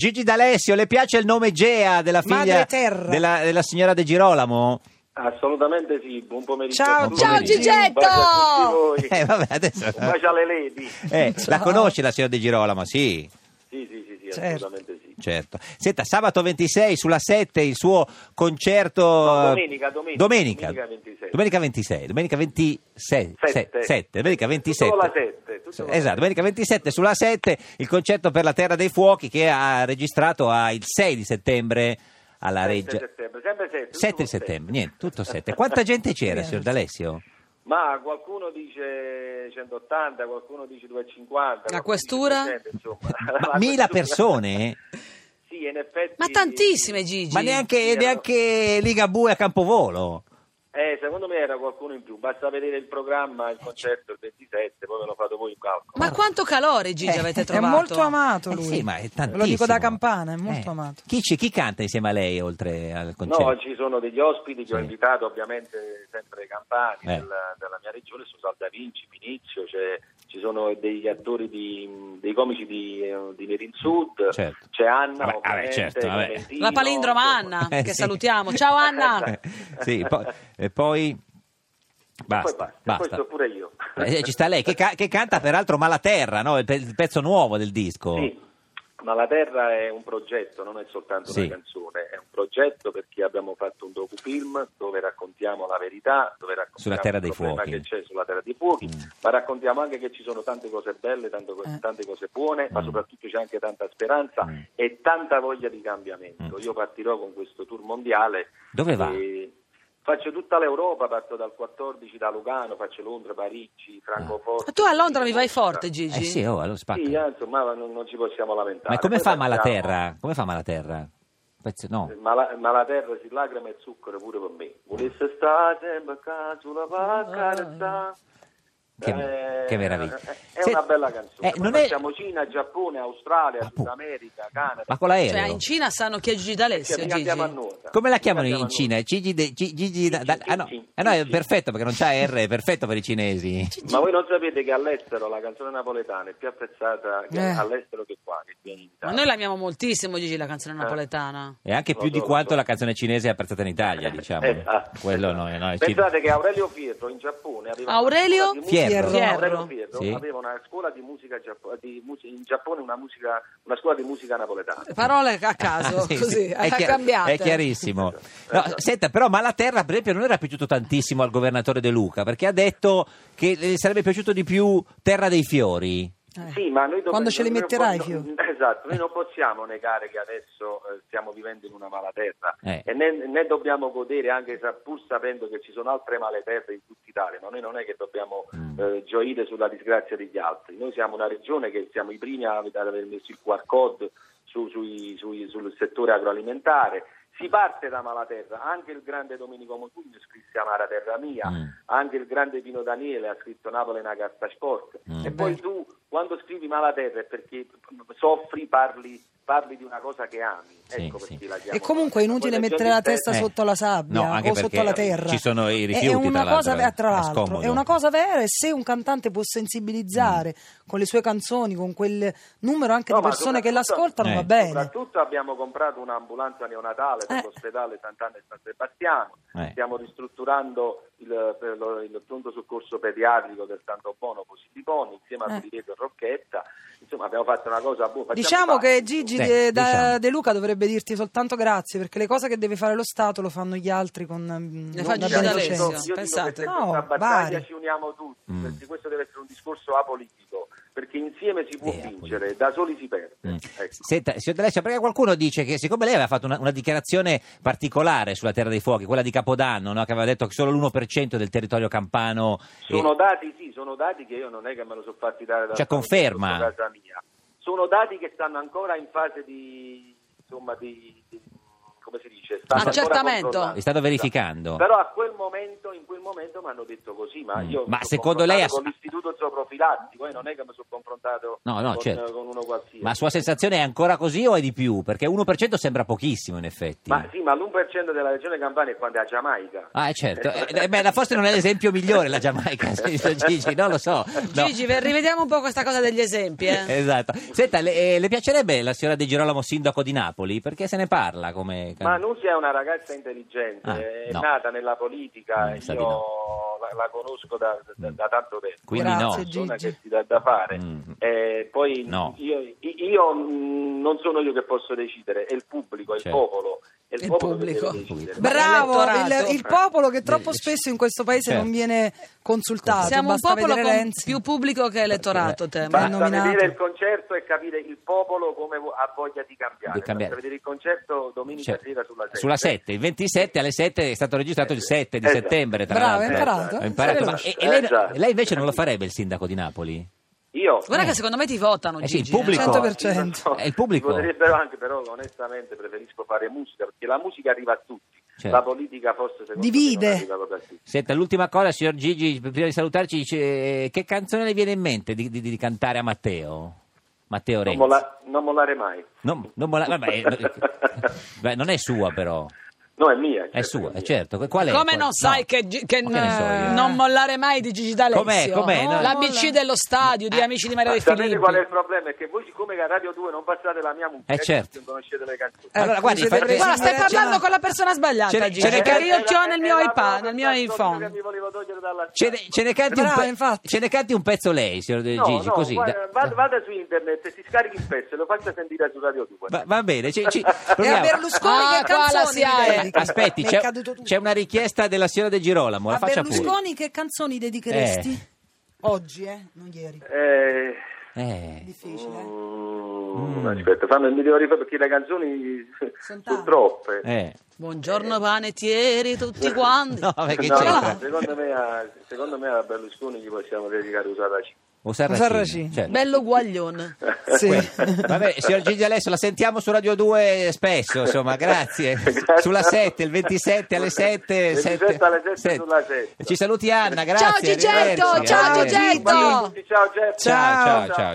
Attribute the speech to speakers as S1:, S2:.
S1: Gigi D'Alessio, le piace il nome Gea della figlia
S2: Madre Terra.
S1: della, della signora De Girolamo?
S3: Assolutamente sì, buon pomeriggio.
S2: Ciao,
S3: a tutti.
S1: ciao,
S3: Un bacio a tutti voi.
S1: Eh, vabbè, adesso...
S3: Un bacio alle lady.
S1: Eh, la
S2: Ciao.
S1: conosce la signora De Girolamo? Sì,
S3: Sì, sì, sì, sì,
S2: Certo.
S3: assolutamente sì.
S1: certo. Senta, sabato 26 sulla 7 il suo concerto...
S3: No,
S1: eh,
S3: domenica, domenica.
S1: Domenica.
S3: Domenica 26.
S1: Domenica 26. Domenica 26.
S3: Sette.
S1: Se- sette, Domenica 27.
S3: Tutto la sette, tutto la
S1: Esatto, domenica 27 sulla 7 il concerto per la Terra dei Fuochi che ha registrato ah, il 6 di settembre alla
S3: Sette
S1: Reggia.
S3: settembre, sempre sette, tutto
S1: 7
S3: con
S1: settembre,
S3: sette.
S1: niente, tutto 7. Quanta gente c'era, signor D'Alessio?
S3: Ma qualcuno dice 180, qualcuno dice 250.
S2: La
S3: qualcuno dice
S2: questura?
S3: 300, insomma.
S1: Ma
S3: La
S1: mila
S3: questura.
S1: persone?
S3: Sì, in effetti.
S4: Ma tantissime Gigi.
S1: Ma neanche,
S3: Sì,
S1: neanche Ligabue a Campovolo.
S3: Eh, secondo me era qualcuno in più. Basta vedere il programma, il concerto il 27, poi ve lo fate voi in calcolo.
S4: Ma quanto calore Gigi
S2: Eh,
S4: avete
S2: È
S4: trovato?
S2: molto amato
S1: Eh
S2: lui.
S1: sì, ma è
S2: Ve
S1: tantissimo.
S2: Lo dico da campana, è molto
S1: Eh,
S2: amato.
S1: Chi, c'è- chi canta insieme a lei oltre al concerto?
S3: No, ci sono degli ospiti che ho
S1: Sì.
S3: invitato, ovviamente sempre campani
S1: Eh.
S3: della, della mia regione, su Salda Vinci, Minizio, cioè, ci sono degli attori, di, dei comici di, eh, di Nerin Sud,
S1: Certo.
S3: c'è Anna,
S1: Vabbè, vabbè,
S3: ovviamente,
S1: certo, vabbè.
S3: Clementino,
S4: La palindroma
S3: insomma.
S4: Anna,
S1: Eh,
S4: che
S1: sì.
S4: salutiamo. Ciao Anna.
S1: Eh, sì, poi, e poi basta,
S3: Poi basta,
S1: basta.
S3: questo pure io.
S1: Eh, ci sta lei che, ca- che canta peraltro Malaterra, no? il, pe- il pezzo nuovo del disco.
S3: Sì, ma la Terra è un progetto, non è soltanto
S1: Sì.
S3: una canzone, è un progetto perché abbiamo fatto un docufilm dove raccontiamo la verità, dove raccontiamo
S1: Sulla Terra
S3: il
S1: dei
S3: problema
S1: Fuochi.
S3: che c'è sulla Terra dei Fuochi,
S1: Mm.
S3: ma raccontiamo anche che ci sono tante cose belle, tante, co-
S2: Eh.
S3: tante cose buone, ma
S1: Mm.
S3: soprattutto c'è anche tanta speranza
S1: Mm.
S3: e tanta voglia di cambiamento.
S1: Mm.
S3: Io partirò con questo tour mondiale.
S1: Dove va?
S3: e Faccio tutta l'Europa, parto dal 14 da Lugano, faccio Londra, Parigi,
S1: Ah.
S3: Francoforte.
S4: Ma tu a Londra mi vai forte Gigi?
S1: Eh sì, oh, allora spacca.
S3: Sì, eh, ah, insomma, ma non, non ci possiamo lamentare.
S1: Ma come
S3: Poi
S1: fa
S3: partiamo-
S1: Malaterra? Come fa Malaterra? Pezzo- no.
S3: Eh, Mala- Malaterra si lacrima e zucchero pure per me. Volesse stare perché sulla vacca resta.
S1: Che,
S3: Eh,
S1: che meraviglia.
S3: È, è
S1: Se-
S3: una bella canzone.
S1: Eh, non è-
S3: Facciamo Cina, Giappone, Australia,
S1: Ma pu-
S3: Sud America, Canada.
S1: Ma con
S4: Cioè
S1: l'aereo?
S4: in Cina sanno chi è Gigi
S3: Cioè,
S4: D'Alessio
S3: mica
S4: Gigi.
S3: andiamo a nuota.
S1: Come la
S3: Mica
S1: chiamano
S3: andiamo
S1: in
S3: a
S1: Cina? Gigi, de- Gi- Gigi da- da- ah, no.
S3: Gigi,
S1: Ah, no, è
S3: Gigi.
S1: perfetto perché non c'è R, è perfetto per i cinesi.
S3: nuota. Ma voi non sapete che all'estero la canzone napoletana è più apprezzata che
S2: Eh.
S3: all'estero che qua, che viene in
S4: Ma
S3: Italia.
S4: noi l'amiamo moltissimo Gigi la canzone
S1: Eh.
S4: napoletana.
S1: E anche
S3: Lo
S1: più
S3: so,
S1: di
S3: lo
S1: quanto
S3: so.
S1: la canzone cinese è apprezzata in Italia, diciamo.
S3: Esatto.
S1: Quello no, no, è-
S3: Pensate che Aurelio Fierro in Giappone aveva una
S4: Aurelio?
S3: scuola di musica-
S1: Fierro.
S4: Fierro.
S3: Aurelio Fierro
S1: Sì.
S3: aveva una scuola di musica giappo- di mus- in Giappone una, musica- una scuola di musica napoletana.
S4: Parole a caso,
S1: Ah, sì,
S4: così,
S1: sì.
S4: a
S1: È chiar-
S4: cambiate.
S1: È chiarissimo. No,
S3: Esatto.
S1: senta, però Malaterra, per esempio, non era piaciuto tantissimo al governatore De Luca, perché ha detto che le sarebbe piaciuto di più Terra dei Fiori.
S2: Eh.
S3: Sì, ma noi dobbiamo-
S2: Quando ce li
S3: noi non
S2: metterai,
S3: po-
S2: Fio?
S3: Esatto, noi non possiamo negare che adesso eh, stiamo vivendo in una malaterra
S1: Eh.
S3: e né, né dobbiamo godere anche sa- pur sapendo che ci sono altre malaterre in tutta Italia, ma noi non è che dobbiamo
S1: Mm.
S3: eh, gioire sulla disgrazia degli altri. Noi siamo una regione che siamo i primi a- ad aver messo il QR code su- sui- sui- sul settore agroalimentare. Si parte da Malaterra, anche il grande Domenico Motugno scrisse Amara Terra Mia,
S1: Mm.
S3: anche il grande Pino Daniele ha scritto Napoli è una carta sport.
S1: Mm.
S3: E poi tu quando scrivi Malaterra è perché soffri, parli, parli di una cosa che ami.
S1: Sì,
S3: ecco
S1: sì.
S3: perché la chiamo
S2: E comunque è inutile
S3: Malaterra.
S2: mettere la
S3: Poi
S2: testa
S1: Eh.
S2: sotto la sabbia
S1: No, anche
S2: o
S1: perché
S2: sotto la terra.
S1: ci sono i
S2: È-
S1: rifiuti,
S2: è una
S1: tra
S2: cosa,
S1: l'altro,
S2: eh, tra
S1: è
S2: l'altro,
S1: scomodo.
S2: è una cosa vera e se un cantante può sensibilizzare
S1: Mm.
S2: con le sue canzoni, con quel numero anche
S3: "Eh, No,
S2: di
S3: ma
S2: persone che
S3: soprattutto-
S2: l'ascoltano,
S1: Eh.
S2: va bene.
S3: Soprattutto abbiamo comprato un'ambulanza neonatale per
S2: Eh.
S3: l'ospedale Sant'Anna e San Sebastiano,
S1: Eh.
S3: stiamo ristrutturando il, per lo- il pronto soccorso pediatrico del Santo Bono Positiponi insieme a
S2: Eh.
S3: Pireto e Rocchetta, insomma abbiamo fatto una cosa boh, buona.
S2: Diciamo che Gigi
S1: Sì,
S2: De, da-
S1: diciamo.
S2: De Luca dovrebbe dirti soltanto grazie perché le cose che deve fare lo Stato lo fanno gli altri con mm,
S4: Le fa
S2: una
S4: Gigi D'Alessio.
S2: beneficenza.
S3: Io dico
S4: pensate.
S3: che se
S2: No,
S3: questa battaglia
S2: Bari.
S3: ci uniamo tutti,
S1: Mm.
S3: perché questo deve essere un discorso apolitico, perché insieme si può
S1: Eh,
S3: vincere, da soli si perde.
S1: Mm.
S3: Ecco.
S1: Senta, signor D'Alessio, perché qualcuno dice che siccome lei aveva fatto una, una dichiarazione particolare sulla Terra dei Fuochi, quella di Capodanno, no? che aveva detto che solo l'1% del territorio campano... eh,
S3: Sono dati, sì, sono dati che io non è che me lo sono fatti dare da
S1: Cioè, conferma.
S3: sotto casa mia. Sono dati che stanno ancora in fase di, insomma, di, di- come si dice, stanno ancora
S4: Accertamento.
S3: controllando.
S1: È stato verificando.
S3: Però a quel momento, in quel momento mi hanno detto così, ma
S1: Mm.
S3: io
S1: Ma
S3: mi sono
S1: secondo lei
S3: confrontato
S1: ha-
S3: con l'istituto zooprofilattico, eh, non è che mi sono confrontato
S1: No, no,
S3: con,
S1: certo.
S3: con uno qualsiasi.
S1: Ma sua sensazione è ancora così o è di più? Perché 1% sembra pochissimo in effetti.
S3: Ma sì, ma l'1% della regione Campania è quanto è la Giamaica.
S1: Ah, eh, certo. Eh, eh, beh, la- forse non è l'esempio migliore la Giamaica, signor Gigi, non lo so. No.
S4: Gigi, ve- rivediamo un po' questa cosa degli esempi. eh.
S1: Esatto. Senta, le, eh, le piacerebbe la signora De Girolamo sindaco di Napoli? Perché se ne parla come...
S3: Ma Nunzia è una ragazza intelligente,
S1: Ah,
S3: è
S1: no.
S3: nata nella politica,
S1: Mm,
S3: io
S1: sa di no.
S3: la, la conosco da, da- da tanto tempo.
S1: Quindi
S3: È una
S1: no.
S3: persona
S2: Grazie,
S3: che
S2: Gigi.
S3: si dà da fare.
S1: Mm.
S3: Eh, poi
S1: No.
S3: io, io, mm, non sono io che posso decidere, è il pubblico, è il
S1: Certo.
S3: popolo. È il,
S4: Il
S3: popolo che
S4: pubblico.
S3: deve decidere.
S4: Bra-
S2: Bravo, il,
S4: L'elettorato.
S2: il popolo che troppo
S1: Del-
S2: spesso in questo paese
S1: Certo.
S2: non viene
S1: esatto,
S2: consultato.
S4: Siamo un
S2: basta
S4: popolo
S2: vedere
S4: con-
S2: Renzi.
S4: più pubblico che
S1: Eh,
S4: elettorato, te.
S2: Ma-
S3: Basta
S2: hanno nominato.
S3: vedere il concerto e capire il popolo come vo- ha voglia di cambiare.
S1: Di cambiare.
S3: Basta vedere il concerto domenica
S1: Certo.
S3: sera sulla 7.
S1: Sulla 7, il 27 alle 7 è stato registrato il 7 di
S3: Esatto.
S1: settembre, tra
S2: Bravo,
S1: l'altro.
S2: hai imparato?
S1: Ho imparato, ma- e,
S3: Eh,
S1: e lei,
S3: già.
S1: lei invece non lo farebbe il sindaco di Napoli?
S3: Io
S4: Guarda
S1: Eh.
S4: che secondo me ti votano,
S1: Eh sì,
S4: Gigi.
S1: il pubblico-
S2: 100%.
S3: No,
S1: È il pubblico.
S3: mi Potrebbero anche, però onestamente preferisco fare musica, perché la musica arriva a tutti.
S1: Certo.
S3: La politica forse secondo
S2: Divide.
S3: me non arriva proprio a tutti.
S1: Senta, l'ultima cosa, signor Gigi, prima di salutarci, dice eh, che canzone le viene in mente di, di- di cantare a Matteo? Matteo
S3: Non,
S1: Renzi.
S3: molla- non mollare mai.
S1: Non, non molla- vabbè, eh, beh, non è sua però,
S3: No, è mia.
S1: è
S3: certo,
S1: sua, è
S3: mia.
S1: certo. Qual è?
S4: Cioè, Come
S1: Qual-
S4: non sai
S1: no.
S4: che, Gi- che
S1: Ma che ne so io? eh.
S4: non mollare mai di Gigi D'Alessio?
S1: Com'è, com'è? No. Eh,
S4: L'ABC dello stadio, di Amici di Maria
S3: Ma
S4: De
S3: sapete
S4: Filippi.
S3: qual è il problema? È che voi siccome a Radio 2 non passate la mia musica,
S1: Eh, certo.
S3: non conoscete le canzoni.
S4: Eh,
S1: Allora,
S2: Ecco,
S1: guardi,
S2: se
S1: fa-
S2: dovresti
S4: Guarda, stai
S2: imparare-
S4: parlando con la persona
S1: Ce
S4: sbagliata,
S1: ne-
S4: Gigi.
S1: ce ne-
S4: Perché io
S3: Eh,
S4: ti ho nel mio
S3: eh, la
S4: iPad, nel mio
S3: propria canzone che
S4: iPhone.
S3: Mi volevo togliere dalla
S1: Ce ne, ce ne canti un
S2: Bravo,
S1: pe-
S2: infatti.
S1: ce ne canti un pezzo lei, signor De
S3: No,
S1: Gigi,
S3: no,
S1: così.
S3: guarda,
S1: da-
S3: vada, vada su internet e si scarichi il pezzo e lo faccia sentire su Radio 2.
S1: Va, va bene, ci, ci-
S2: E
S1: proviamo.
S2: a Berlusconi
S4: Ah,
S2: che
S4: qua la
S2: canzoni
S4: si ha, eh.
S2: dedichi?
S1: Aspetti,
S2: Mi è
S1: c'è,
S2: caduto tutto.
S1: c'è una richiesta della signora De Girolamo, la
S2: A
S1: faccia pure.
S2: Berlusconi che canzoni dedicheresti? Oggi, eh? Non ieri.
S3: Eh,
S1: Eh.
S2: Difficile. eh?
S3: mm, Aspetta, fammi, mi devo rifare perché le canzoni
S2: Sono
S3: sono,
S2: tante.
S3: troppe.
S1: Eh.
S4: Buongiorno panettieri, tutti quanti.
S1: No, perché
S3: No,
S1: c'è.
S3: no, secondo, me a, secondo me a Berlusconi gli possiamo dedicare usata C.
S1: O Sarracino,
S2: Sarracino.
S1: certo.
S4: Bello guaglione.
S2: Sì.
S1: Vabbè, signor Gigi Alessio, la sentiamo su Radio 2 spesso, insomma, grazie. Sulla 7, il 27 alle 7.
S3: 27
S1: sette-
S3: alle 7, sulla 7.
S1: Ci saluti Anna, grazie.
S4: Gigetto,
S1: arrivederci,
S4: ciao,
S1: arrivederci.
S4: Gigetto.
S3: Ciao, Geppo.
S1: eh. Ciao, ciao, ciao.